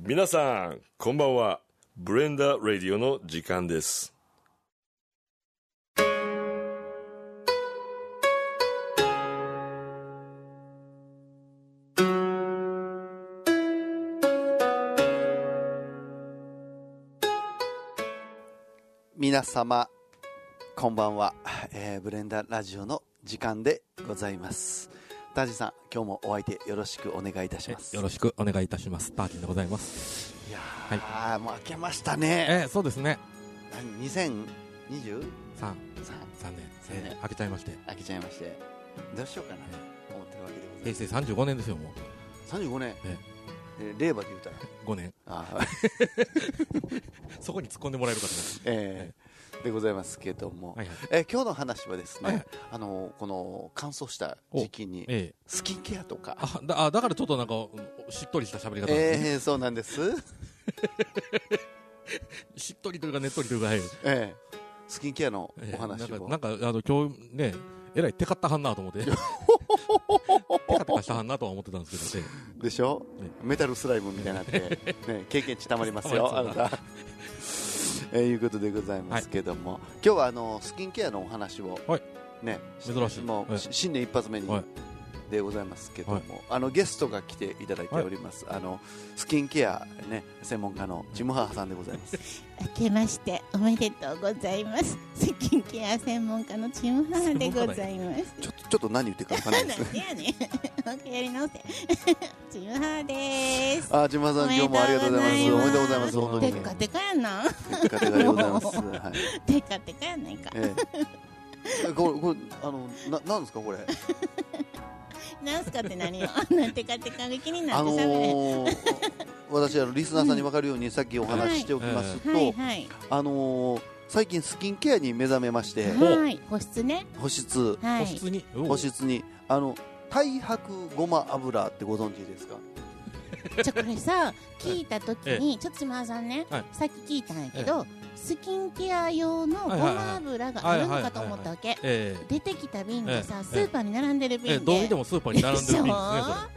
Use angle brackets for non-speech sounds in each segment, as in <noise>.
皆さん、こんばんは。ブレンダーラディオの時間です。皆様こんばんは、えーブレンダーラジオの時間でございますタジさん今日もお相手よろしくお願いいたしますよろしくお願いいたします。ターキンでございます。いやー、もう明けましたねえー、そうですね。何2023三三年、えー、開けちゃいまして、開けちゃいましてどうしようかな思ってるわけでござい平成三十五年ですよもう。ます35年ええー令和で言うたら五年。あーそこに突っ込んでもらえるかと思います。えーでございますけども、 <laughs> はいはい。えー今日の話はですね、はいあのーこの乾燥した時期にえスキンケアとかー、あだあだからちょっとなんかうんしっとりした喋り方なんですね、えー、そうなんですしっとりというかねっとりというか、はいええスキンケアのえーお話を、なんかなんかあの今日ねえらいテカったはんなと <laughs> 思ってテカテカしたはんなとは思ってたんですけど、えでしょ、ねメタルスライムみたいになって、 <laughs> ね、経験値たまりますよ、あたまなりそうた。えーいうことでございますけども、今日はあのスキンケアのお話を、はいね、珍しいもう、はい新年一発目に、はいでございますけども、はいあのゲストが来ていただいております、あのスキンケア、ね、専門家のジムハーさんでござい <laughs> ます。明けましておめでとうございますスキンケア専門家のチームハーでございますちょっとちょっと何言ってるか分からななんい <laughs> でですね。やねんもう一回やり直せチームハーですあー、ジムハーさん、今日もありがとうございます。おめでとうございます。本当テに。 <laughs> ッカテカやなテッカテカでございます。はい。テッカテカやないかええ、これ、これ、あの、な、なんですか、 <laughs> これ。なんすかって何よあんなテカテカが気になあってのしゃべれんー、私、あの、リスナーさんに分かるように、さっきお話ししておきますと。はいはいあのー、最近スキンケアに目覚めまして、はい保湿ね保湿、ー、保はい湿におう保湿に、あの。太白ごま油ってご存知ですか。じゃこれさ聞いた時にちょっと島田さんね、はいさっき聞いたんやけど、スキンケア用のごはいはいはいま油があるのかと思ったわけえー出てきた瓶でさ、ええスーパーに並んでるえー、瓶で、どう見てもスーパーに並んでるんですねそれはあ、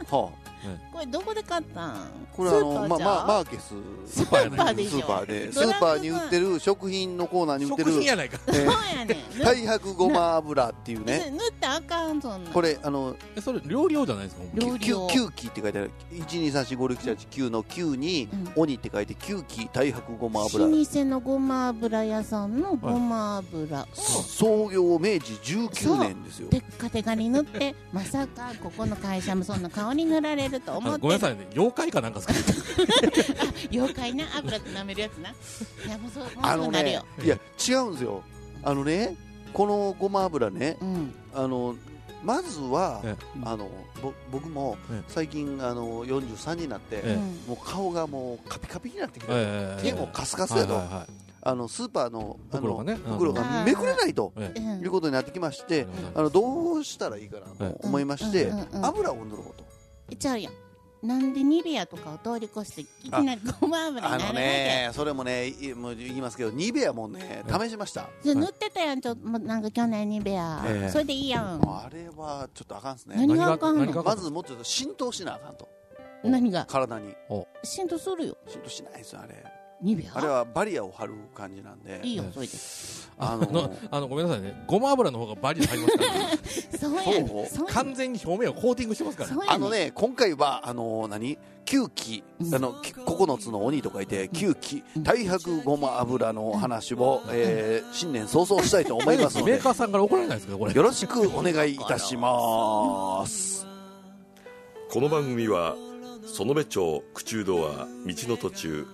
これどこで買ったんこれ、あの、まスあ、ーパーじゃんまあ、マーケス。スーパーやスーパなーいでしスょーパーで、スドラッグーパーに売ってる食品のコーナーに売って食る。品やないかええそうやねん塗っ太白ごま油っていうね。塗ったらあかんそんなんこれ、あの、えそれ料理用じゃないですか料九理九を九期って書いてある一二三四五六七八九の九に、鬼って書いて九期太白ごま油老舗のごま油屋さんのごま油を創業明治十九年ですよテッカテカに塗 <laughs> ってまさかここの会社もそんな顔に塗られると思あっごめんなさていね妖怪かなんかですか妖怪な油って舐めるやつないやもうそうもうあそのうなるねよ、いや違うんですよあのねこのごま油ねうんあのまずはえあのぼ僕もえ最近あの四十三になって、えうんもう顔がもうカピカピになってきて、ええ手もカスカスやと、はいはいはいあのスーパーのあの袋がね袋がめくれないとええうんいうことになってきまして、ああののどうしたらいいかなと思いまして、うんうんうんうん油を塗ろうと。ちゃうやんなんでニベアとかを通り越していきなりごま油になあるわのけ、ね、それもね、いもう言いますけど、ニベアもね、は試しました。じゃあ塗ってたやんちょっともうなんか去年ニベア、ええそれでいいやんあれはちょっとあかんですね。何があかんの何がまずもっと浸透しなあかんと。何が体に。浸透するよ浸透しないですよ、あれ。ニベアあれはバリアを張る感じなんで。いいよええそれでああのの、あのごめんなさいねごま油の方がバリに入りますからそうやねんそうそうやね完ん全に表面をコーティングしてますからそうやあのね、今回は、あの、何九期、あの、き9つの鬼と書いて、九期、太白ごま油のお話を、えー新年早々したいと思いますのメで <laughs> ー、カーさんから怒られないですかこれよろしくお願いいたします。この番組は園部町口中堂は道の途中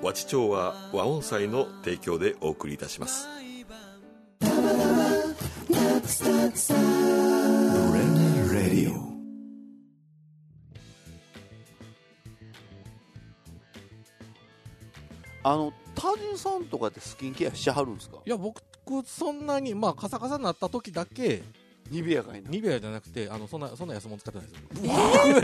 和知町は和音祭の提供でお送りいたしますあの、タジンさんとかってスキンケアしはるんですかいや僕そんなにまあカサカサになった時だけニベアがいいな。ニベアじゃなくてあのそんなそんな安物使ってないですよ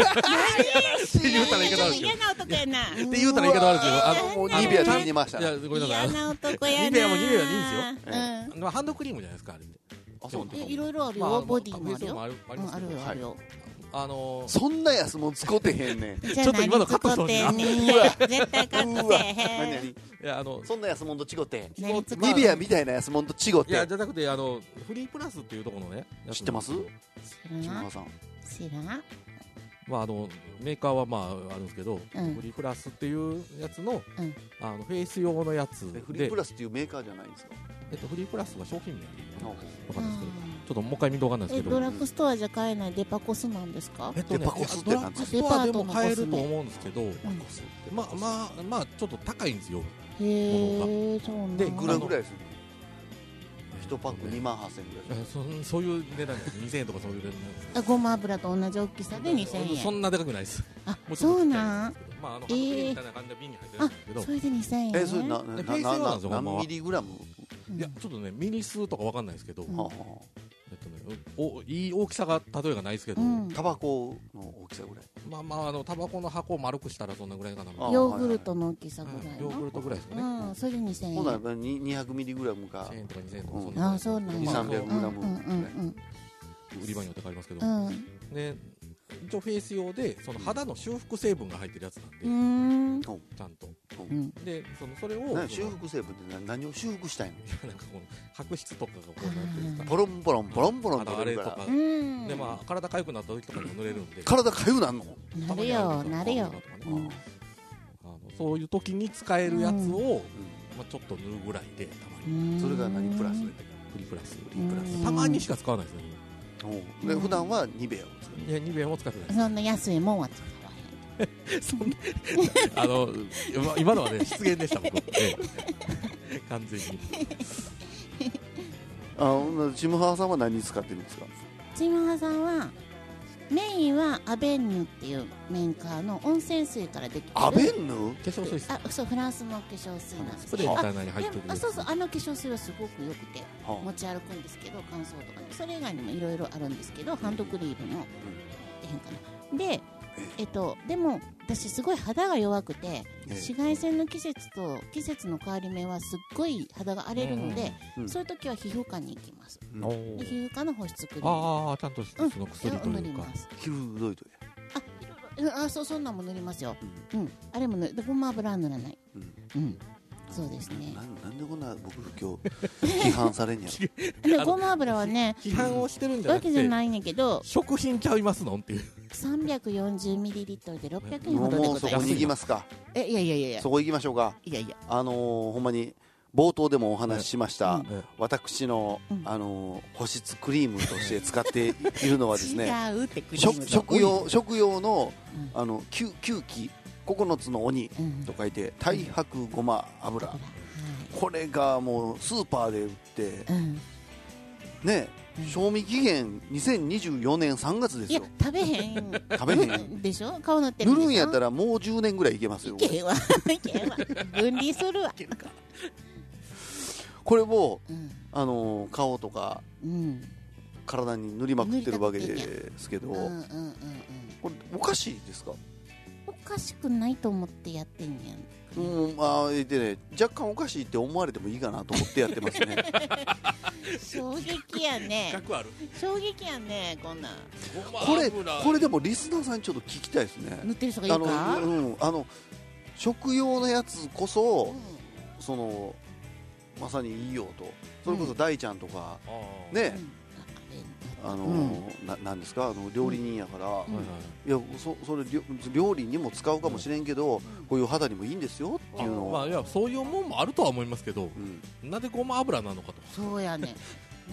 って言うたら言い方あるけど嫌な男やな <laughs> って言うたら言い方あるんですよあのもうあのニベアちゃん出てましたいねやごめんなさい嫌な男やなニベアもニベアでいいんですようんあのハンドクリームじゃないですかあれってあそうなんだえいろいろあるよ、まああのボディもあフるェイスよもあるありまうんすあけるどよあるよ、あのそんな安物使ってへんねんじゃちょあっと今のカットしてほしいな何作ってんねんや絶対カッうトせわえへん何いやあの々そんな安物と違って何作ってんねんニビアみたいな安物と違っいやてじゃなくてあのフリープラスっていうところのねやつ知ってます知木らん村さん知らんまああのメーカーはまああるんですけど、うんフリープラスっていうやつの,、うんあのフェイス用のやつえでフリープラスっていうメーカーじゃないんですかえっと、フリープラスは商品名あわかんないですけど、ちょっともう一回見とわかんないでえすけドどラッグストアじゃ買えないデパコスなんですかえっとねデパコスってドラなんッですグかストアでも買えると思うんですけど、うんまあまあまあちょっと高いんですよへえそうなんでだいくらぐらいするの1パック2万万8000円ぐらいするそんそういう値段です2000円とかそういう値段なんですけどあごま油と同じ大きさで2000そ円んなでかくないですあもうちょそっとうちっちゃいなやつでんすけどまああのえー箱入りみたいな感じの瓶に入ってるんですけど、それで2000円えそれなでなフェイス用なんなですよなほんま何はミリグラムうんいやちょっとねミリ数とかわかんないですけど、うんはあはえっとね、おいい大きさが例えがないですけど、うんあタバコの大きさぐらいまあまああのタバコの箱を丸くしたらそんなぐらいかなあヨーグルトの大きさぐらいヨーグルのトぐらいですかね、うんそれで2000ほんなら円に200ミリグラムか1000円とか2000円とかうんそんなあそうなん2やまあ3 0 0うグんうラんムうん売り場によって変わりますけど、うんで一応フェイス用でその肌の修復成分が入ってるやつなんで、うんうーんちゃんとうんでそのそれを何そ修の復成分って何何を修復したいのいや <laughs> なんかこの角質とかがこうなんていうんですかポロンポロンポロンポロンあの取あれれるとか、からうんでまあ体痒くなった時とかにも塗れるんで体かゆなんのなるよなるよあのそういう時に使えるやつを、まあ、ちょっと塗るぐらいでたまにそれが何プラスうんでフリープラスリープラスたまにしか使わないですねおうで普段はニベアを使ういや2秒も使ってないそんな安いもんは使わそんな <laughs> あの今今のはね失言でした僕、ええ完全にあほんならチムハワさんは何使ってるんですかへんチムハさんはメインはアベンヌっていうメーカーの温泉水からできてるアベンヌ化粧水あそうフランスの化粧水なんですスプけレーどみたあいなのに入ってでるもあそうそうあの化粧水はすごくよくては持ち歩くんですけど乾燥とかねそれ以外にもいろいろあるんですけどハンドクリームの、ってへんかなでえっとでも私すごい肌が弱くてええ紫外線の季節と季節の変わり目はすっごい肌が荒れるので、うんうんそういう時は皮膚科に行きます、うんおでー皮膚科の保湿クリームああちゃんとしうんその薬とを塗いりうかますヒルドイドやあいろいろうんあそうそんなんも塗りますよ、うんあれも塗るでごま油は塗らない、うんうん、そうですねなんなんでこんな僕今日批判されんやろでごま油はね批判をしてるんじゃわなけくじゃてないんやけど食品ちゃいますのんっていう340ミリリットルで600円もほうどでもごうそざこい <laughs> まに行すきますかえいやいやいやいやそこ行きましょうかいやいやあのーほんまに冒頭でもお話ししました、ええ私の、うんあのー保湿クリームとして使っているのはです <laughs> ね違うってクリー食ムの食用食用のうんあの九九鬼9つの鬼うんと書いて太白ごま油はこれがもうスーパーで売っていうんねうん賞味期限2024年3月ですいやよ食べへん食べへんでしょ顔塗って塗るるんやったららもう10年ぐらいいけますいよけへんわいけへんわ分離するわこれを、うんあのー顔とかうん体に塗りまくってるわけ塗りたくですけど、うんうんうんうんこれおかしいですかおかしくないと思ってやってんやんうんまあでね若干おかしいって思われてもいいかなと思ってやってますね <laughs> 衝撃やね <laughs> ある衝撃やねこんなんこれこれでもリスナーさんにちょっと聞きたいですね <laughs> 塗ってる人がいあるのかうんあの食用のやつこうそんそのまさにいいよとそれこそ大ちゃんとか、ねうんああの、ななんですかあの料理人やから、んいやそそれ料料理にも使うかもしれんけど、こういう肌にもいいんですよっていうのを、まあいやそういうもんもあるとは思いますけどうんなぜごま油なのかとあれそう <laughs> やね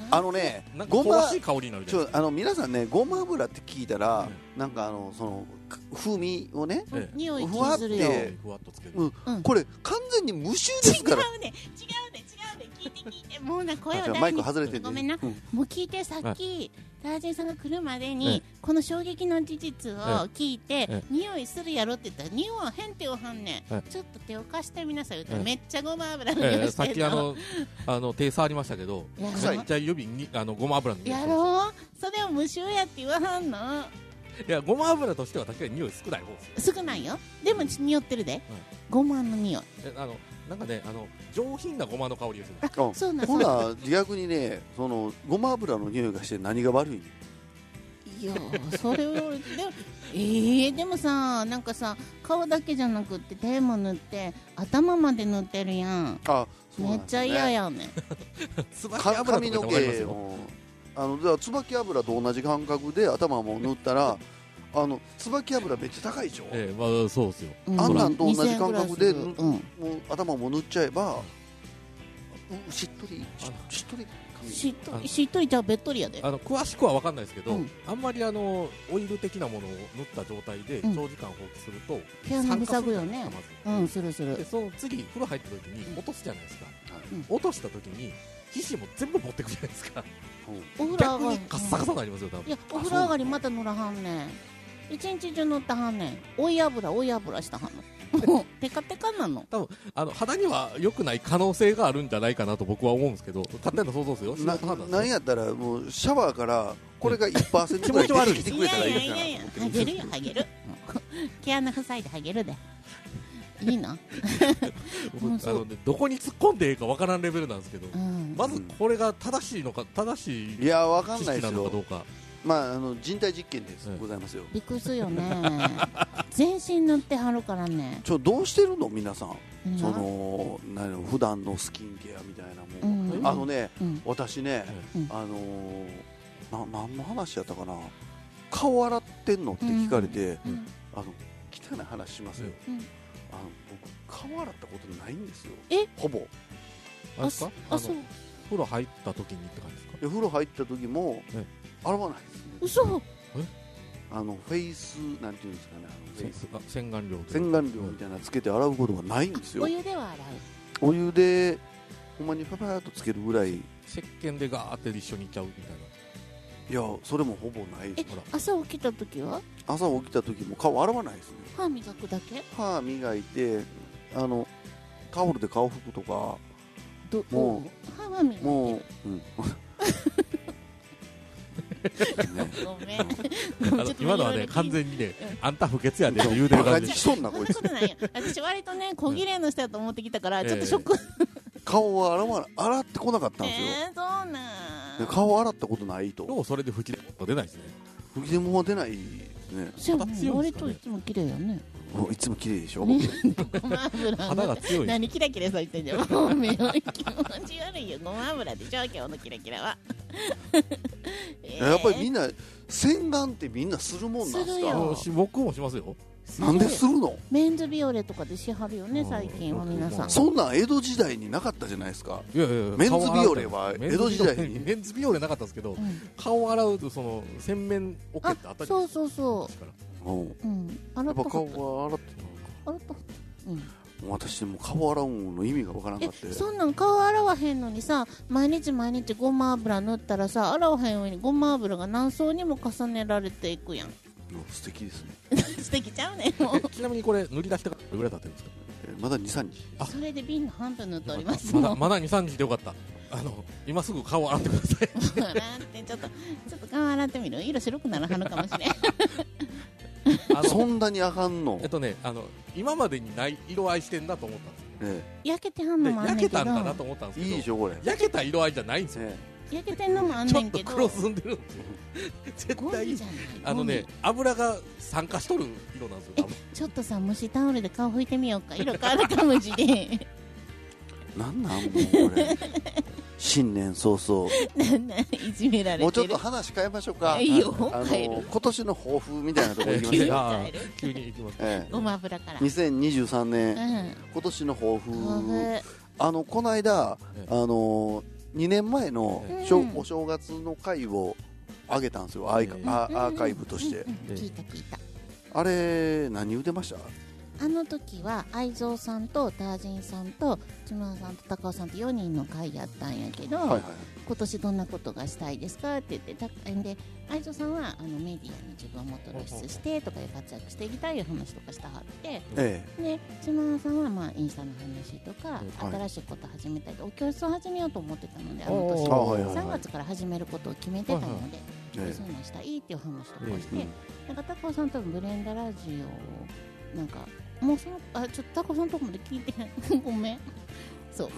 あのねなんかごま香ばしい香りになるじちゃないょあの皆さんねごま油って聞いたら、なんかあのそのか風味をねうんええ匂いふわっ気するえよてふわっとつけるうんうんこれ完全に無臭です違からうね違うね違うね聞いて聞いて <laughs> もうな声あをじゃあ大マイにク外れてるごめんなうんもう聞いてさっきタージンさんが来るまでにこの衝撃の事実を聞いてえ匂いするやろって言ったら匂いはへんって言わはんねえんちょっと手を貸してみなさい言うたらえめっちゃごま油のえ匂えいしさってんきあののあの手触りましたけどや臭ろいめっちゃ指にあのごま油の匂いやろうそれを無臭やって言わはんのいやごま油としては確かに匂い少ない方です少ないよでも匂ってるでごまの匂いえあのなんかねあの上品なごまの香りがするうんそうなんほそうなんら逆にねそのごま油の匂いがして何が悪いのいいやそれをでもええでもさなんかさ顔だけじゃなくって手も塗って頭まで塗ってるやんあそうなめんっですちよゃね嫌やねか髪のわかります毛よ。をあのだから椿油と同じ感覚で頭も塗ったらあの椿油めっちゃ高いでしょ、ええ、まあ、そうですよ。うあんなんと同じ感覚で2000ぐらいするうんもう頭も塗っちゃえばうしっとりししっとりしっとりしっとりじゃあべっとりやであの詳しくは分かんないですけど、うんあんまりあのオイル的なものを塗った状態でうん長時間放棄すると、毛穴塞ぐよね酸化するじうゃないんですかまずでするするその次風呂入った時に落とすじゃないですか、うん落とした時に皮脂も全部持ってくじゃないですかお風呂逆上がにりカッサカサになりますよ多分いやお風呂上がりまた塗らはんねん一日中塗ったはんねん追い油追い油したはんのもうテカテカなのあの肌には良くない可能性があるんじゃないかなと僕は思うんですけど勝手な想像ですよ素人な判断なんですよやったらもうシャワーからこれが1%ぐ気ら持いち悪出いてきていくれたらやいいいやかないやいやはげるよはげる毛穴塞いではげるでいいの僕あのねどこに突っ込んでいいかわからんレベルなんですけど、うんまずこれが正しいのか正しいいやわかん知ないで識なすのかどようかまああの人体実験です、うんございますよびっくりするよね全身塗ってはるからねちょどうしてるの皆さんうんその何の普段のスキンケアみたいなうもん、んあのねうん私ね、うんあのー、な何の話やったかな顔洗ってんのって聞かれて、うんあの汚い話しますよ、うんあの僕顔洗ったことないんですよえほぼいあれですかあのそう風呂入った時にって感じですかや風呂入った時もえ洗わないですね嘘あのフェイスなんていうんですかねあのフェイスせあ洗顔料という洗か顔料みたいなのつけて洗うことがないんですよお湯では洗お湯でほんまにパパーっとつけるぐらいい石鹸でガーって一緒にいっちゃうみたいやそれもほぼないですえう朝起きた時は朝起きた時も顔洗わないですね歯磨くだけ歯磨いてあのタオルで顔拭くとかどもうど歯は磨いてるもう、うんね、ごめんほちなょあっのと今のはね完全にねあんた不潔 <laughs> やでって言うてバるカ感にじしとんなそこんいなつことないよ私割とね小綺麗の人やと思ってきたからちょっとショック顔は洗わな洗ってこなかったんですよ、えーそうなんで顔洗ったことないとどうそれで吹き出出ないですね吹き出物は出ないですねじゃあ肌強いんで割すかねといつも綺麗よねもういつも綺麗でしょ、ねごま油肌が強いんです何キラキラされてんじゃんもう目を気持ち悪いよごま油でしょ今日のキラキラはえーやっぱりみんな洗顔ってみんなするもんなんですするかよもうし僕もしますよなんでするのメンズビオレとかでしはるよねうん最近は皆さんそんなん江戸時代になかったじゃないですかいやいやいやメンズ顔洗うビオレはメンズビオレ江戸時代にメンズビオレなかったですけどうん顔を洗うとその洗面オケってあったじゃないですかあそうそうそううんうん洗やっっぱた顔ことは洗って洗ったことうん私もう顔洗うの意味がわからなかえったそんなん顔洗わへんのにさ毎日毎日ごま油塗ったらさ洗わへん上にごま油が何層にも重ねられていくやんうん素敵ですね素敵ちゃうねんもうえちなみにこれ塗り出してからどれぐらい経ってるんですかえまだ23日あそれで瓶の半分塗っておりますまもだうまだ23日でよかったあの今すぐ顔洗ってください洗ってちょっとちょっと顔洗ってみる色白くなるはるかもし <laughs> れんあそのんなにあかんのえっとねあの今までにない色合いしてんだと思ったんですよえ焼けてはんのでもあんね焼んけけどたんかなと思ったんですえけどいいでしょこれ焼けた色合いじゃないんですよえ焼けてんのもあんちねょっんとけど黒ずんでるんですよゴ絶ミ対じゃないあのね油が酸化しとる色なんですよゴ多ミ分えちょっとさ蒸しタオルで顔拭いてみようか色変わるかもしれん <laughs> えなんなんもうこれ新年早々なんなんいじめられてるもうちょっと話変えましょうかいいよあの変える今年の抱負みたいなところいきま <laughs> 急すにか、あ変える急に行きますええごま油から2023年うん今年の抱豆負腐あのこの間ええあの2年前のええしょうんお正月の会をあげたんですよアーカええあアーカイブとしてうんうん聞いた聞いたあれ何言うてましたあの時は愛蔵さんとタージンさんと島田さんと高尾さんと4人の会やったんやけど、はいはい今年どんなことがしたいですかって言ってたんで愛蔵さんはあのメディアに自分をもっと露出してとかいう活躍していきたいいう話とかしたはってえで島田さんはまあインスタの話とかはい新しいこと始めたりお教室を始めようと思ってたのであのー年あはいはいはい3月から始めることを決めてたのでええそういうのしたいっていう話とかして、えなんかタコさんとのブレンダラジオをなんかもうそのあちょっとタコさんとこまで聞いてごめん <laughs> そう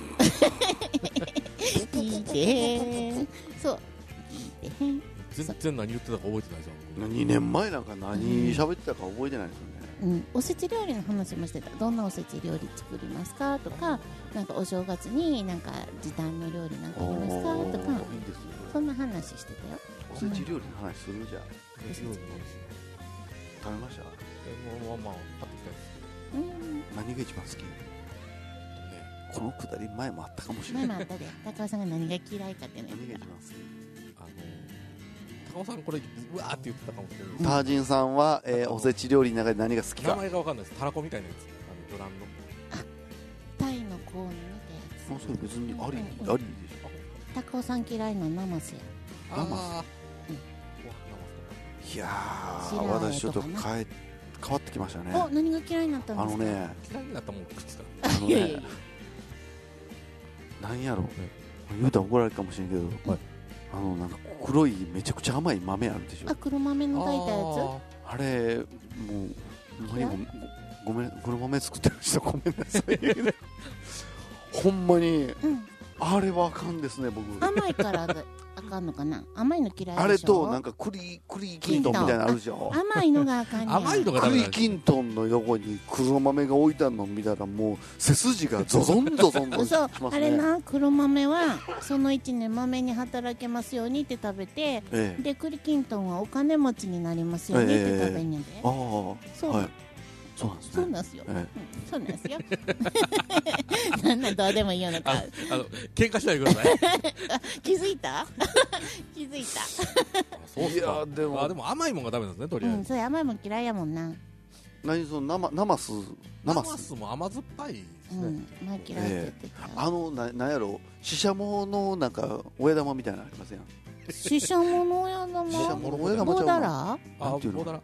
聞いてそう聞いて全然何言ってたか覚えてないですよ僕2年前なんか何喋ってたか覚えてないですよねうん、おせち料理の話もしてたどんなおせち料理作りますかとかなんかお正月になんか時短の料理なんかありますかおーといいかですねそんな話してたよおせち料理の話するじゃんえも食べましたうまあまあ買ってきたやうん何が一番好きこのくだり前もあったかもしれない前もあったで高尾さんが何が嫌いかっていうの何が言っ一て番好たきつあの高尾さんこれうわーって言ってたかもしれないですタージンさんは、えーおせち料理の中で何が好き名か前がわかんないですタラコみたいなやつあのドラムのタイのコーンにもうそれ別にありうありんでしょ似たやつ高尾さん嫌いなナマスや生っすあーうんうわ生っいやー白あえとかな私ちょっと変え変わってきましたねお何が嫌いになったあのんですかねすか嫌いになったもん食ってたあのいやいやねいやなんやろ言うたら怒られるかもしれんけど、はいあのなんか黒いめちゃくちゃ甘い豆あるでしょあ黒豆の炊いたやあれもうほんまにもうごごめん黒豆作ってる人ごめんなさい <laughs> ほんまにつうんあれはあかんですね僕甘いからだあかんのかな甘いの嫌いでしょあれとなんか栗栗きんとんみたいなのあるじゃん甘いのがあかんねや甘いのがダメ栗なんですきんとんの横に黒豆が置いたの見たらもう背筋がゾゾンゾゾンとし嘘ますねあれな黒豆はその1年豆に働けますようにって食べてええで栗きんとんはお金持ちになりますようにって食べんねんで、ああそう、はいそうなんですそうねなんすよ、えうんそうなんすよなんなんどうでもいいような顔ああの喧嘩しないでください気づいた <laughs> 気づいたあそうっいすやかでもあでも甘いもんがダメなんですねとりうあえんずそれ甘いもん嫌いやもんな何その生生酢生ナマ酢スも甘酸っぱいですうね、んまあ嫌いって言ってた、あのななんやろシシャモのなんか親玉みたいなのありませんシシャモの親シシャ玉モの親玉ちゃボーうなダラあなんていうのボーダラ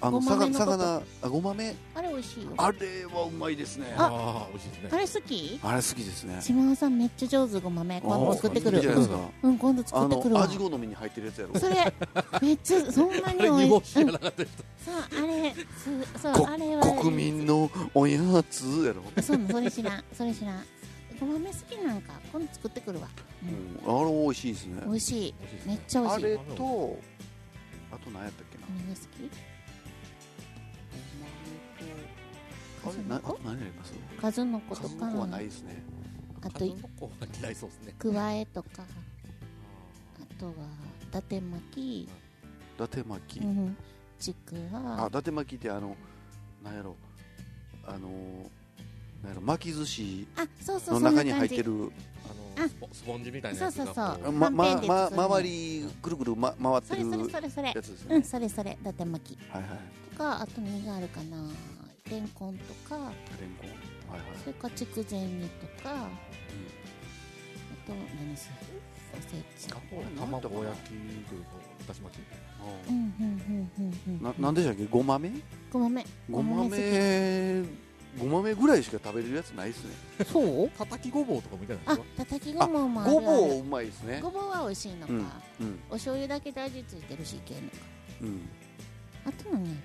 あのごまめ魚のこと魚あごまめあれ美味しいよああれはうまいですねあああー美味しいですねれ好きれ好きですね島尾さんめっちゃ上手ごまめ今あ度ー作ってくいいるじゃないですかうん、今度あ作ってくるのわ。味好みに入ってるやつやろそれ、めっちゃ、そんなにあれ煮 <laughs> 美干味ししい。やうん、そなかったですう、あれ、すそう、こあれは。国民のおやつやろそうなの、それ知らん、それ知らん。ごまめ好きなんか、今度作ってくるわ。うん、あれ美味しいですね美味しい。美味しいですめねっちゃ美あ味しい。れとあと何やったっけな何が好き。あれなあと何やります数の子と数の子はかない、ですねあと数の子は嫌いそうですねくわえとか、あとは、だて巻き。伊達巻きうん、ちくあわ伊。達巻きってあのなんやろあのなんやろ巻き寿司あ、そうそう、のそんな中に感入っじて。るああのスポスポンジみたいなやつがそうそうそうこままはんぺんで包まんで周りぐるぐる、ま、回っそてれるそれそれそれや。つですよね、うん、それそれ、だて巻き。はいはいとかあと何があるかなレンコンとかレンコンはいはいそれから筑前煮とかあと何するおせちう卵焼きというかだし巻きうんうんうんうんうんななんでしたっけごまめごまめごまめごまめぐらいしか食べれるやつないですね好きそう叩きごぼうとかもいたんですあかたたきごぼうもあるごぼううまいですねごぼうは美味しいのか、うんうんお醤油だけで味ついてるしいけんのかうんあと何あるよね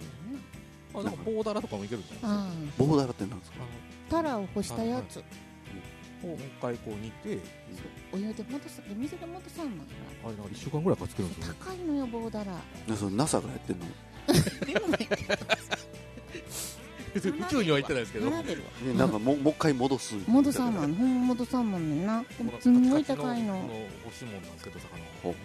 あなんか棒だらとかもいけるんじゃないああ棒だらってなんですかタラを干したやつ、ですかもう一回こう煮てお湯で戻すで水で戻さんのかあれなんか一週間ぐらいから作るんです <laughs> よなね高いのよ棒だらなそれ NASA がやってんのでもね宇宙には行ってないですけど並べるわねなんかもうもう一回戻す戻さんもんほんま戻さんもんねんなでもすんごい高いの欲しいもんなんですけど魚ほう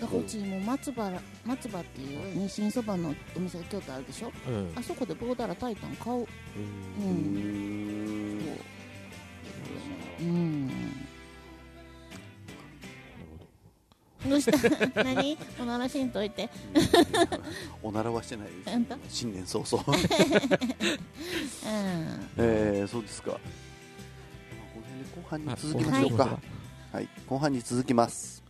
だからうちも松葉ら松葉っていう日清そばのお店が京都あるでしょえあそこで棒だら炊いたん買うううーんんうんどうした <laughs> 何おならしんといて <laughs> おならはしてないでほんとす新年早々 <laughs> うんえー、そうですかまあこの辺で後半に続きましょうか、はいはい、後半に続きます。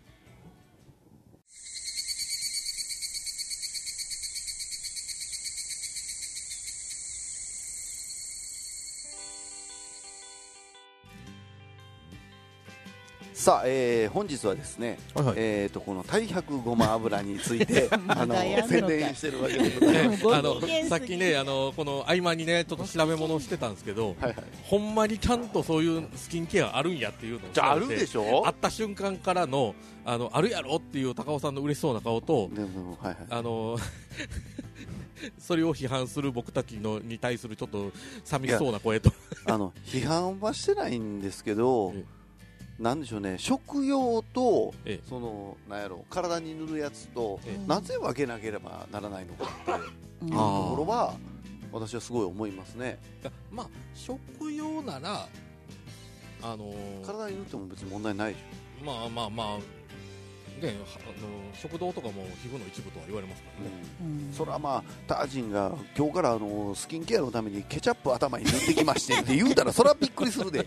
さあ、えー本日はですね、はいはいえー、とこの太白ごま油につい <laughs> てあまのだやんのかい宣伝してるわけでございます。ねごあ機嫌すぎのてさっきねあのこの合間にねちょっと調べ物をしてたんですけど、はいはいほんまにちゃんとそういうスキンケアあるんやっていうのをじゃああるでしょ会った瞬間からのあのあるやろっていう高尾さんの嬉しそうな顔とでもはいはいあのそれを批判する僕たちのに対するちょっと寂しそうな声とあの批判はしてないんですけどえ、なんでしょうね、食用とええ、そのなんやろ体に塗るやつとえ、なぜ分けなければならないのかっていううんあところは、私はすごい思いますね、まあ食用ならあの体に塗っても別に問題ないでしまあまあまあねはあの食堂とかも皮膚の一部とは言われますかょ、らね、うんそれはまあ、タージンが今日からあのスキンケアのためにケチャップ頭に塗ってきましてって言うたら、それはびっくりするで、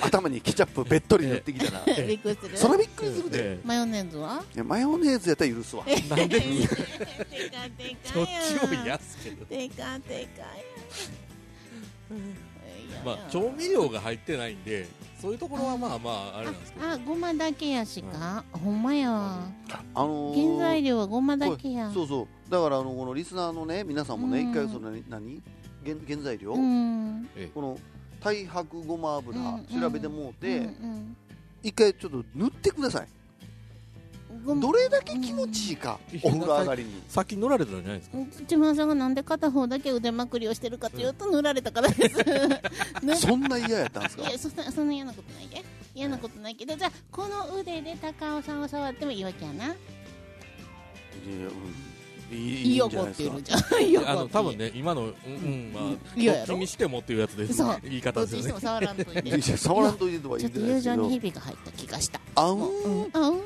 頭にケチャップべっとり塗ってきたら、うんびっくりするそれはびっくりするで、ええマヨネーズはいやマヨネーズやったら許すわ。なんでてかてかどっやんちも嫌っすけどてかてかやんまあ、調味料が入ってないんでそういうところはまあまああれなんですけどああごまだけやしか、ほんまやあのー原材料はごまだけやそうそうだからあのこのリスナーのね皆さんもねうん一回その何何原原材料、うんこの太白ごま油うん調べてもうて、うん一回ちょっと塗ってください、うんごまどれだけ気持ちいいか、うんお風呂上がりにさっき乗られたじゃないですか内村さんがなんで片方だけ腕まくりをしてるかというと塗られたからですねそんな嫌やったんですか <laughs> いやそんなそんな嫌なことないで嫌なことないけどじゃあこの腕で高尾さんを触ってもいいわけやないやうんいいいいいいよんじゃこなっいてですかいるじゃんいいよこあのってい多う分ね今のうん、うん、まあいややろどっちにしてもっていうやつですそう言い方どっでちすによしてねも触らんとい <laughs> ていや触らんといてとはち言ょっってとないで友す情けにどひびが入った気がしたあもううんんあうん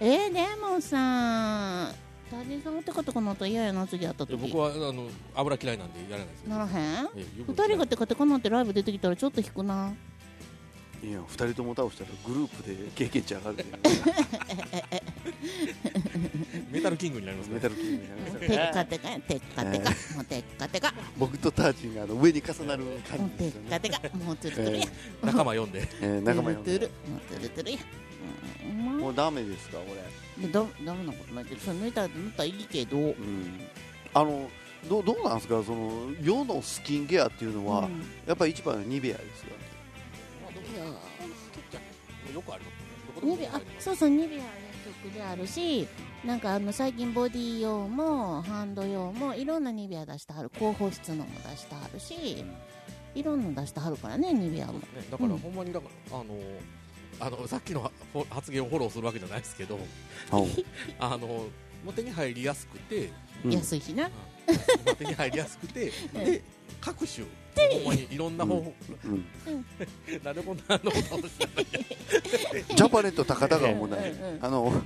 えー、でもさ誰が持ってかとこのと嫌やな次会ったいや時僕はあの油嫌いなんでやらないですよならへんええよく二人がテカテカなんてライブ出てきたらちょっと引くないや二人とも倒したらグループで経験値上がるでメタルキングになりますかメらタルキングになりますテッカテカやテッカテカえもうテッカテカ僕とタージンがあの上に重なるも感うじテですよッねカテ <laughs> カもうツルツルやえ仲間読ん <laughs> でえー仲間呼んトゥでルトゥルもうツルツルやうんもまうダメですかこれあダダメなことないけどそれ抜いたら抜いたらいいけどうんあのどどうなんですかその世のスキンケアっていうのは、うんやっぱり一番はニベアですよいやよくありますどこでもニベあそうそうニベアの曲であるしなんかあの最近ボディ用もハンド用もいろんなニベア出してはる高保湿のも出してはるしいろんなの出してはるからねニベアもねだからうんほんまにだからあのあのさっきのはほ発言をフォローするわけじゃないですけどあのもう手に入りやすくてうん安いしなまあ手に入りやすく <laughs> てうんで各種ほんまにいろんな方法、 <laughs> うんなんでこんなのことをしてジャパネット高田が <laughs> 思うない、うんうんあの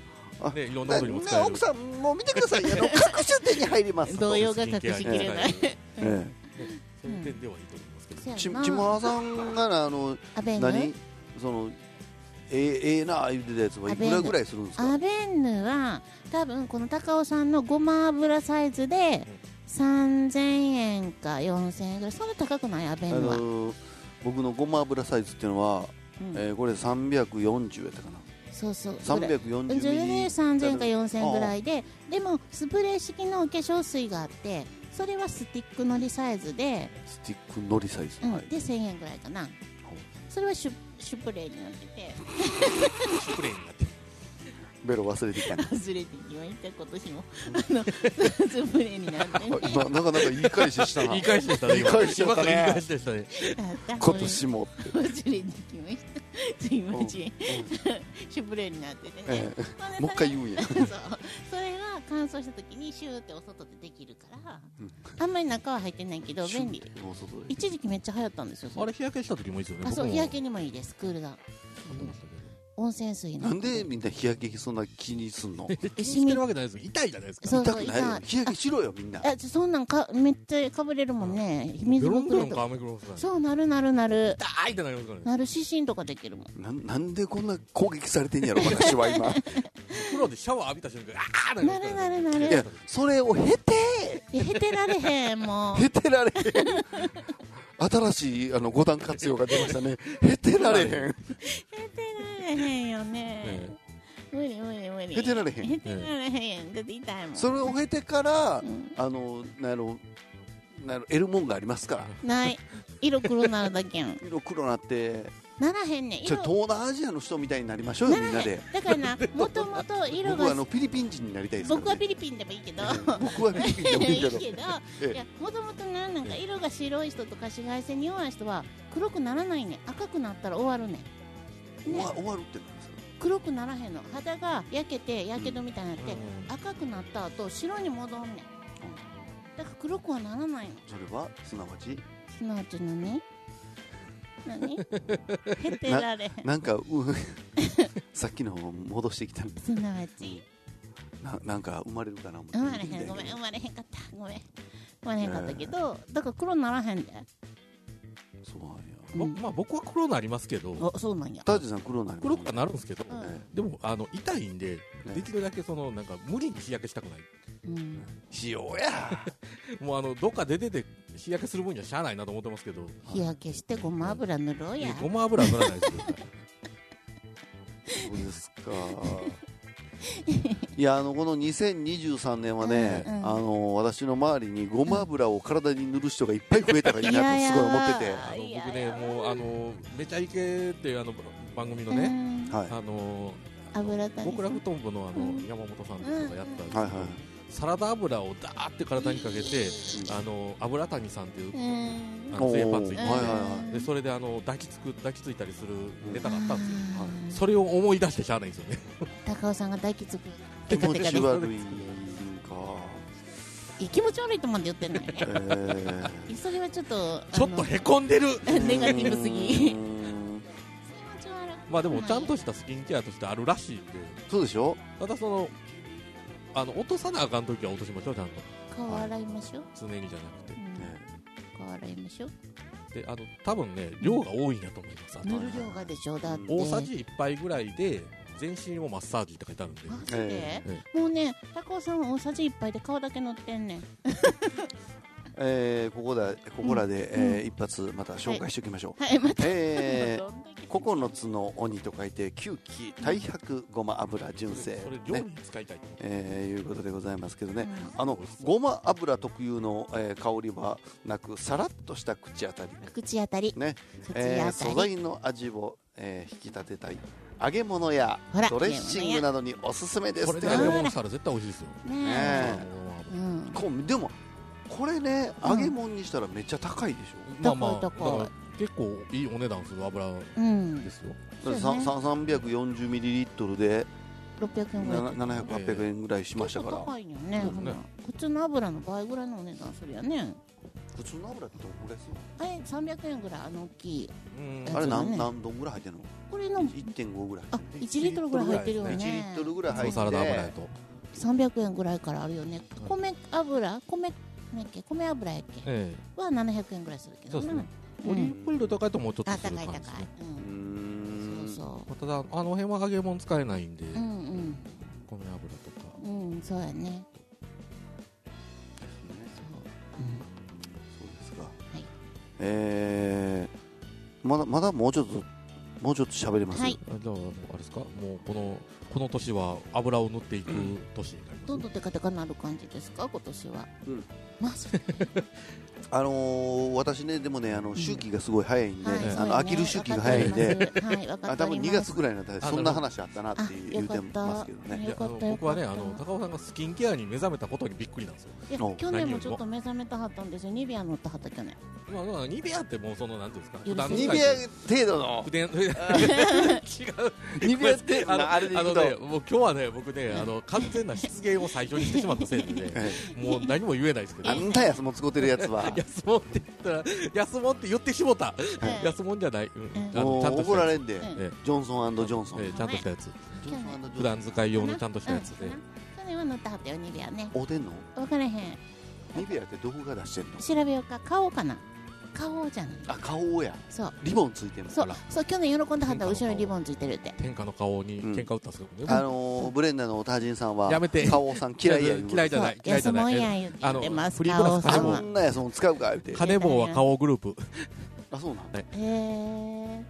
ねいろんななことにも使えなる奥さんも見てくださいあ <laughs> の各種手に入ります動揺が隠しきれないスキンケアに使えるえそういう点ではいいと思いますけど、そえ、うやちなちむはさんがなあのアベンヌ何そのええええなあ言ってたやつはいくらぐらいするんですかアベンヌは多分この高尾さんのごま油サイズで3000円か4000円ぐらいそんな高くないアあベンヌは、の僕のごま油サイズっていうのは、うんえーこれ340やったかなそうそうそれ340ミそれでリ3000か4000ぐらいででもスプレー式のお化粧水があってそれはスティックのりサイズで,、スティックのりサイズ、うんはいで1000円ぐらいかなそれはシュシュプレーになっててシュプレーになってるベロ忘れてきた <laughs> ね忘れて今言った今年もあの <laughs> スプレーになってね今なかなか言い返ししたな言い返しでしたね今言い返しだったね今言い返しでしたね今年も、忘れてきましたすいませんえシュプレーになっててね、えほんでもう一回言うん <laughs> やそれそうそれが乾燥した時にシューってお外でできるから、あんまり中は入ってないけど便利お外で一時期めっちゃ流行ったんですよそあれ日焼けした時もいいですよねあそう僕も日焼けにもいいですクールダウン温泉水のなんでみんな日焼けそんな気にすんの痛気にしてるわけじゃないです痛いじゃないですかそうくないよ痛い日焼けしろよみんなあちょそんなんかめっちゃかぶれるもんねベ水ロぶンくベロれンとかか雨黒さそうなるなるなる痛いってなりますからねなる指針とかできるもんなんなんでこんな攻撃されてんやろ私は <laughs> 今風呂でシャワー浴びた瞬間あーなりますからねなるなるなるいやそれを経ていやへてられへんもう経てられへん新しいあの五段活用が出ましたね経てられへんへてられへんよねえ。無理無理無理。経てられへん経てられへん。だって痛いもん。それを経てからうんあのなんやろなんやろ得るもんがありますからない。色黒なるだけやん。色黒なってならへんねん。ちょ色東南アジアの人みたいになりましょうよみんならへでん。だからな、もともと色僕はがあのフィリピン人になりたいですからね僕はフィリピンでもいいけど。僕はフィリピンでもいいけい <laughs> いどけど、えいやもともとななんか色が白い人とか紫外線に弱い人は黒くならないねん赤くなったら終わるねん終ねわ終わるってなんですか黒くならへんの肌が焼けてやけどみたいになって、うん赤くなった後白に戻んねん、だから黒くはならないのそれはすなわちすなわち何何 <laughs> へてられへんなん <laughs> かうさっきの戻してきたのすなわちななんか生まれるかな思って生まれへんごめん生まれへんかったごめん生まれへんかったけど、だから黒ならへんで、そうなんやうぼん、まあ僕は黒になりますけど、あそうなんやタージさん黒になりま黒すくはなるんですけど、うんねでもあの痛いんで、ねできるだけそのなんか無理に日焼けしたくない。うんしようやもうあのどっか出てて日焼けする分にはしゃあないなと思ってますけど、日焼けしてごま油塗ろうやえごま油は塗らないですけど。そうですかいやあのこの2023年はね、うんうんあの私の周りにごま油を体に塗る人がいっぱい増えたらいいなとすごい思ってていやあいやのいや僕ねもうあのめちゃイケっていうあの番組のうね、んはいあの油谷極楽とんぼのあの、うん山本さんとかがやったんですけど、はいはいサラダ油をダーって体にかけて、あの油谷さんっていう、うんあの製パンツいて、おーはいはいでそれであの抱きつく抱きついたりするネタがあったんですよ、あはーそれを思い出してしゃあないんですよね高尾さんが抱きつく気テ <laughs> カ持テカちで悪いんか、いや気持ち悪いとまで言ってないえー、それはちょっとちょっとへこんでるあのネガティブすぎうーん気持ち悪いまあでもちゃんとしたスキンケアとしてあるらしいんでそうでしょただそのあの落とさなあかん時は落としましょうちゃんと顔洗いましょう、常にじゃなくてうねん顔洗いましょうであの多分ね量が多いんだと思いますあと塗る量がでしょだって大さじ1杯ぐらいで全身をマッサージって書いてあるんでマジで、ええもうね高尾さんは大さじ一杯で顔だけ塗ってんねんえーここだここらで、うんえー一発また紹介しておきましょう、はいまた、えどんだけー、9つの鬼と書いて9期大白ごま油え純正、それ料理ねに使いたいと思ってえーいうことでございますけどね、うんあのごま油特有の、えー香りはなくさらっとした口当たり、口当たりね口当たり、えー素材の味を、えー引き立てたい揚げ物やほらドレッシングなどにおすすめですこっれてで書いてあ揚げる物したら絶対美味しいですよねねえそううんこうでもこれねうん揚げ物にしたらめっちゃ高いでしまあまあだどかこどこら結構いいお値段する油うんですよょ、そうね340ミリリットルで600円ぐらい700800円ぐらいしましたから、結構高いよねそうですね普通の油の倍ぐらいのお値段するやね普通の油ってどんぐらいするあれ300円ぐらいあの大きいうんえあれそうだ何,、ね何丼ぐらい入ってるのこれの1.5ぐらいあ1リットルぐらい入ってるよ1ねリットルぐらいそ入うってサラダ油やと300円ぐらいからあるよねうん米油米なんやっけ米油やっけえは700円ぐらいするけどそうですねえうオリんーブオイルとかやともうちょっとあする高い感高いじですねううーんんそうそまあただあの辺は揚げ物使えないんでううん米油とかうんうんそうやねねそうそうですか。いえーまだまだもうちょっともうちょっと喋れます。はいあじゃあもうあれですかもうこのこの年は油を塗っていく年になりますどんどんテカテカなる感じですか今年はうんまあそれあのー私ねでもねあの周期がすごい早いんで、はいあのそう飽ねきる周期が早いんで、わかっておりますはいわかあって多おり分2ます月ぐらいになったらあそんな話あったなってあ言ようかてっますたけどね。よかったいやあの僕はねよかあったの高尾さんがスキンケアに目覚めたことにびっくりなんですよいやお去年もちょっと目覚めたはったんですよニビア乗ったはった去年まあまあニベアってもうそのなんていうんですか許せない使ニいでベア程度の普。段違うニベア程度あののあれでいあのくねと。もう今日はね僕ねあの完全な失言を最初にしてしまったせいで <laughs> ねもう何も言えないですけどあんたやそのつこてるやつは安もんって言ったら安もんって言ってしもたはい安もんじゃないうんうんあものちゃんうとし怒たらやれんで、うんえジョンソンジョンソつン、ええちゃんとしたやつジョンソンジョンソン普段使い用のちゃんとしたやつうでん去年は塗ったはったよニビアねおでんの分からへんニベアってどこが出してんの調べようか買おうかな買おうじゃないあ顔やそうリボンついてるそかうらそう去年喜んではった後ろにリボンついてるって天下の顔にうん喧嘩打ったんですけどねあのー、ブレンダーのおたじんさんはやめて顔さん嫌いや言う嫌いじゃない嫌いじ安ゃもなんいや言あっのてますフリーかおプラスさ金んそ棒はんなやその使うか言うて金棒は顔グループあそうなんだいへえやでも、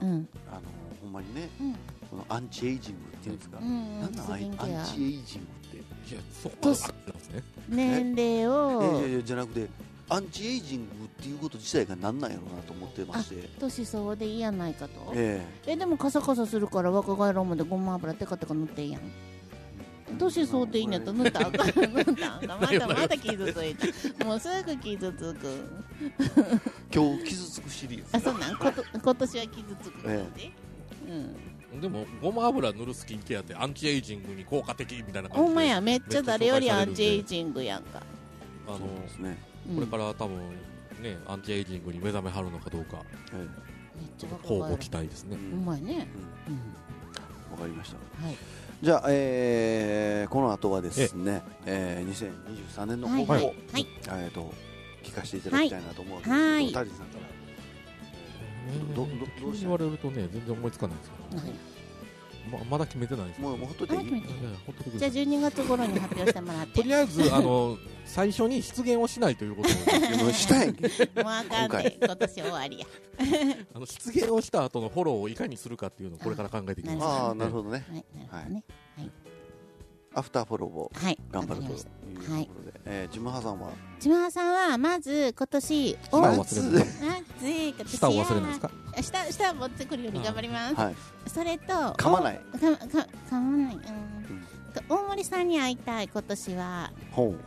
うあんのほんまにねうんそのアンチエイジングっていうんですか、うんなんなんあいスキンアケンアチエイジングっていや、そこまであったんですね。年齢いやいやをいやじゃなくてアンチエイジングっていうこと自体がなんなんやろうなと思ってまして年相応でいいやないかとええでもカサカサするから若返るまでごま油テカテカ塗ってんやんえ年相応でいいんやったら塗ったらあ <laughs> かん塗ったらあかんまなたいよまた傷ついたもうすぐ傷つく今日傷つくシリーズあそうなんこと今年は傷つくからね、うんでも、ごま油塗るスキンケアってアンチエイジングに効果的みたいな感じで。ほんまやめっちゃ誰よりアンチエイジジングやんか、ング。あそうので、すね、うんこれから多分、ね、アンチエイジングに目覚めはるのかどうか、えめっちゃ交互若返期る待ですえうね。うんまいね、わかりましたうんはいじゃあ、えーこの後はですね、えー2023年の抱負を、はいはいはいえーと聞かせていただきたいなと思うんですけど、はいタリーさんからどどどうした急に言われるとね、全然思いつかないですからはいね。ままだ決めてないですもうもうほっといていあ決めいていやいやほっといてくだじさゃあい12月頃に発表してもらっとてりあえ <laughs> ず、あの、最初に出現をしないということをもうしたいんけもう今あかんで回今年終わりやあの、出現をした後のフォローをいかにするかっていうのをこれから考えていきます。ああなるほどねはいなるほどねアフターフォローをはい頑張るわというかりまこしたとで、はいえー、ジムハさんは千葉さんはまず今年をままあず忘れない今年舌を忘れないですかあ下下を持ってくるように頑張ります、はいそれと噛まないおかか噛まない、うんと大森さんに会いたい今年はほう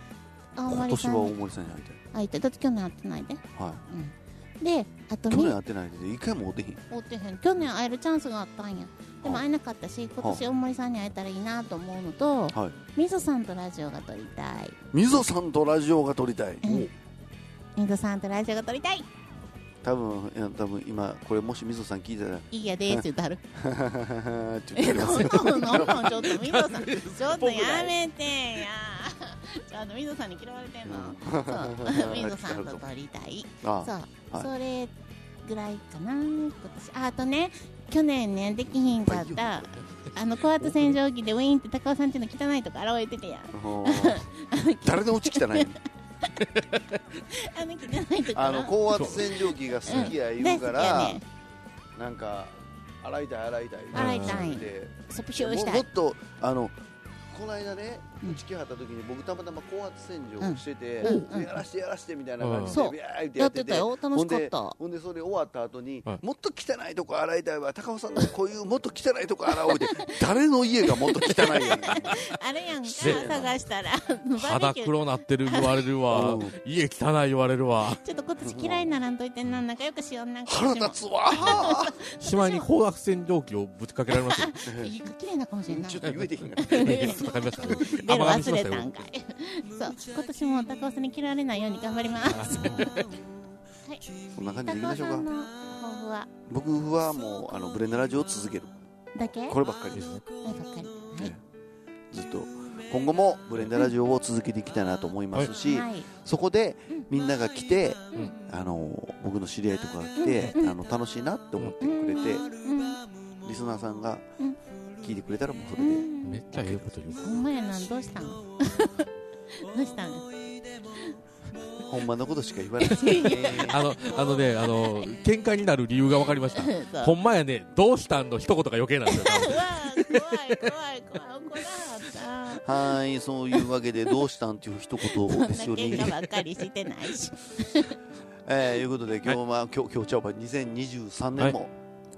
大今森年さは大んに森さんに会いたい会いたいだって去年会ってないで、はうん、であといみ去年会ってないで一回も会ってへん会ってへん去年会えるチャンスがあったんやでもはあ会えなかったし今年大森さんに会えたらいいなと思うのとはいみぞさんとラジオが撮りたいみぞさんとラジオが撮りたいうんみぞさんとラジオが撮りたい多分いや多分今これもしみぞさん聞いたら <laughs> いいやでーす言うてはるははははって言ってえどるんどんどんちょっとみぞさんちょっとやめてやちょっとみぞさんに嫌われ <laughs> てんのそうみぞさんと撮りたいあそう、はいそれぐらいかな今年ああとね去年ねできひんかったあの高圧洗浄機でウィーンって高尾さんちの汚いとこ洗えててやんほう誰のうち汚いの <laughs> あの汚いとこあの高圧洗浄機が好きや言うから、大好きやねなんか洗いたい洗いたい洗いたいでそうプシューしもたもいっとあのこの間ねうん打ち切った時に僕たまたま高圧洗浄をしてて、うんうんうんでやらしてやらしてみたいな感じうでんビャーってややっってててたよ楽しかったほんでほんでそれ終わった後に、はいもっと汚いとこ洗いたいわ高尾さんのこういうもっと汚いとこ洗 <laughs> おうって誰の家がもっと汚いやねんあれやんか失礼探したらバー肌ベキュー黒なってる言われるわうん。家汚い言われるわ。ちょっと今年嫌いにならんといてな仲良くしようなんか腹立つわしまいに高圧洗浄機をぶちかけられま <laughs> したよ。いいか綺麗なかもしれ <laughs> んないちょっと言えてへんが <laughs> えちょっとわかりましたね。ベ甘ロ噛みし忘まれしたたんよ。かいそう今年も高尾さんに嫌われないように頑張りますこんな感じでいき高ま尾しょうさんかの抱負は僕はもうあのブレンダラジオを続けるだけこればっかりですねはいばっかりはいええずっと今後もブレンダラジオを続けていきたいなと思いますし、はいそこでうんみんなが来て、うんあの僕の知り合いとかが来て、うんあの楽しいなって思ってくれて、うんリスナーさんがうん聞いてくれたらもうそれうで、んめっちゃええこと言う。ほんまやなどう <laughs> したんどうしたんほんまのことしか言われない <laughs> あの、あのね、あの、喧嘩になる理由がわかりました。そうほんまやね、どうしたんの一言が余計なんですよ。うわー怖い怖い怖い怒らはっはーいそういうわけでどうしたんっていう一言たですそよ <laughs> んな喧嘩ねばっかりしてない <laughs> しえー、いうことで今日は、今日今日ちゃうば2023年も、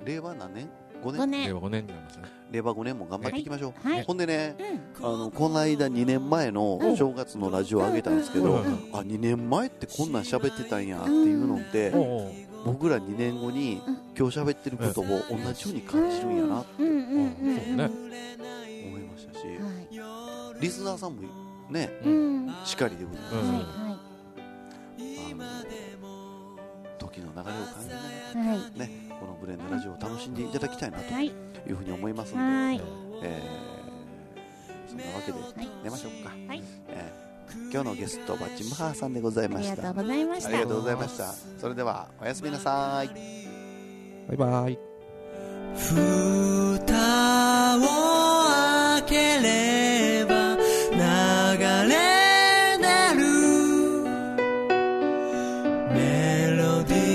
令和何年5ご年ね令和5年になりましたね。令和5年も頑張っていきましょう、はいほんでねうんあのこの間2年前の正月のラジオを上げたんですけど、うんあ2年前ってこんなん喋ってたんやっていうのって、おうおう僕ら2年後にうん今日喋ってることを同じように感じるんやなとうんうんうんそうね思いましたしはいリスナーさんもねうんしっかりでございうんまはすあの時の流れを感じながいはいはいらねこのブレンドラジオを楽しんでいただきたいなとはいいうふうに思いますので、はいえーそんなわけで寝ましょうか、はいえー今日のゲストはジムハーさんでございあまりしがたとうございましあたりがとうございましたそれではおやすみなさいバイバイ。蓋を開ければ流れ出るメロディ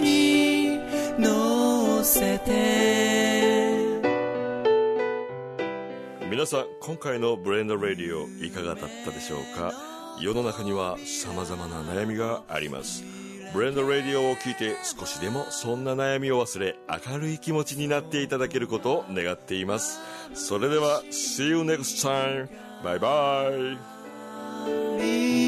ーに乗せて皆さん今回の「ブレンド・レディオ」いかがだったでしょうか世の中には様々な悩みがありますブレンド・レディオを聞いて少しでもそんな悩みを忘れ明るい気持ちになっていただけることを願っていますそれでは See you next time バイバイ Be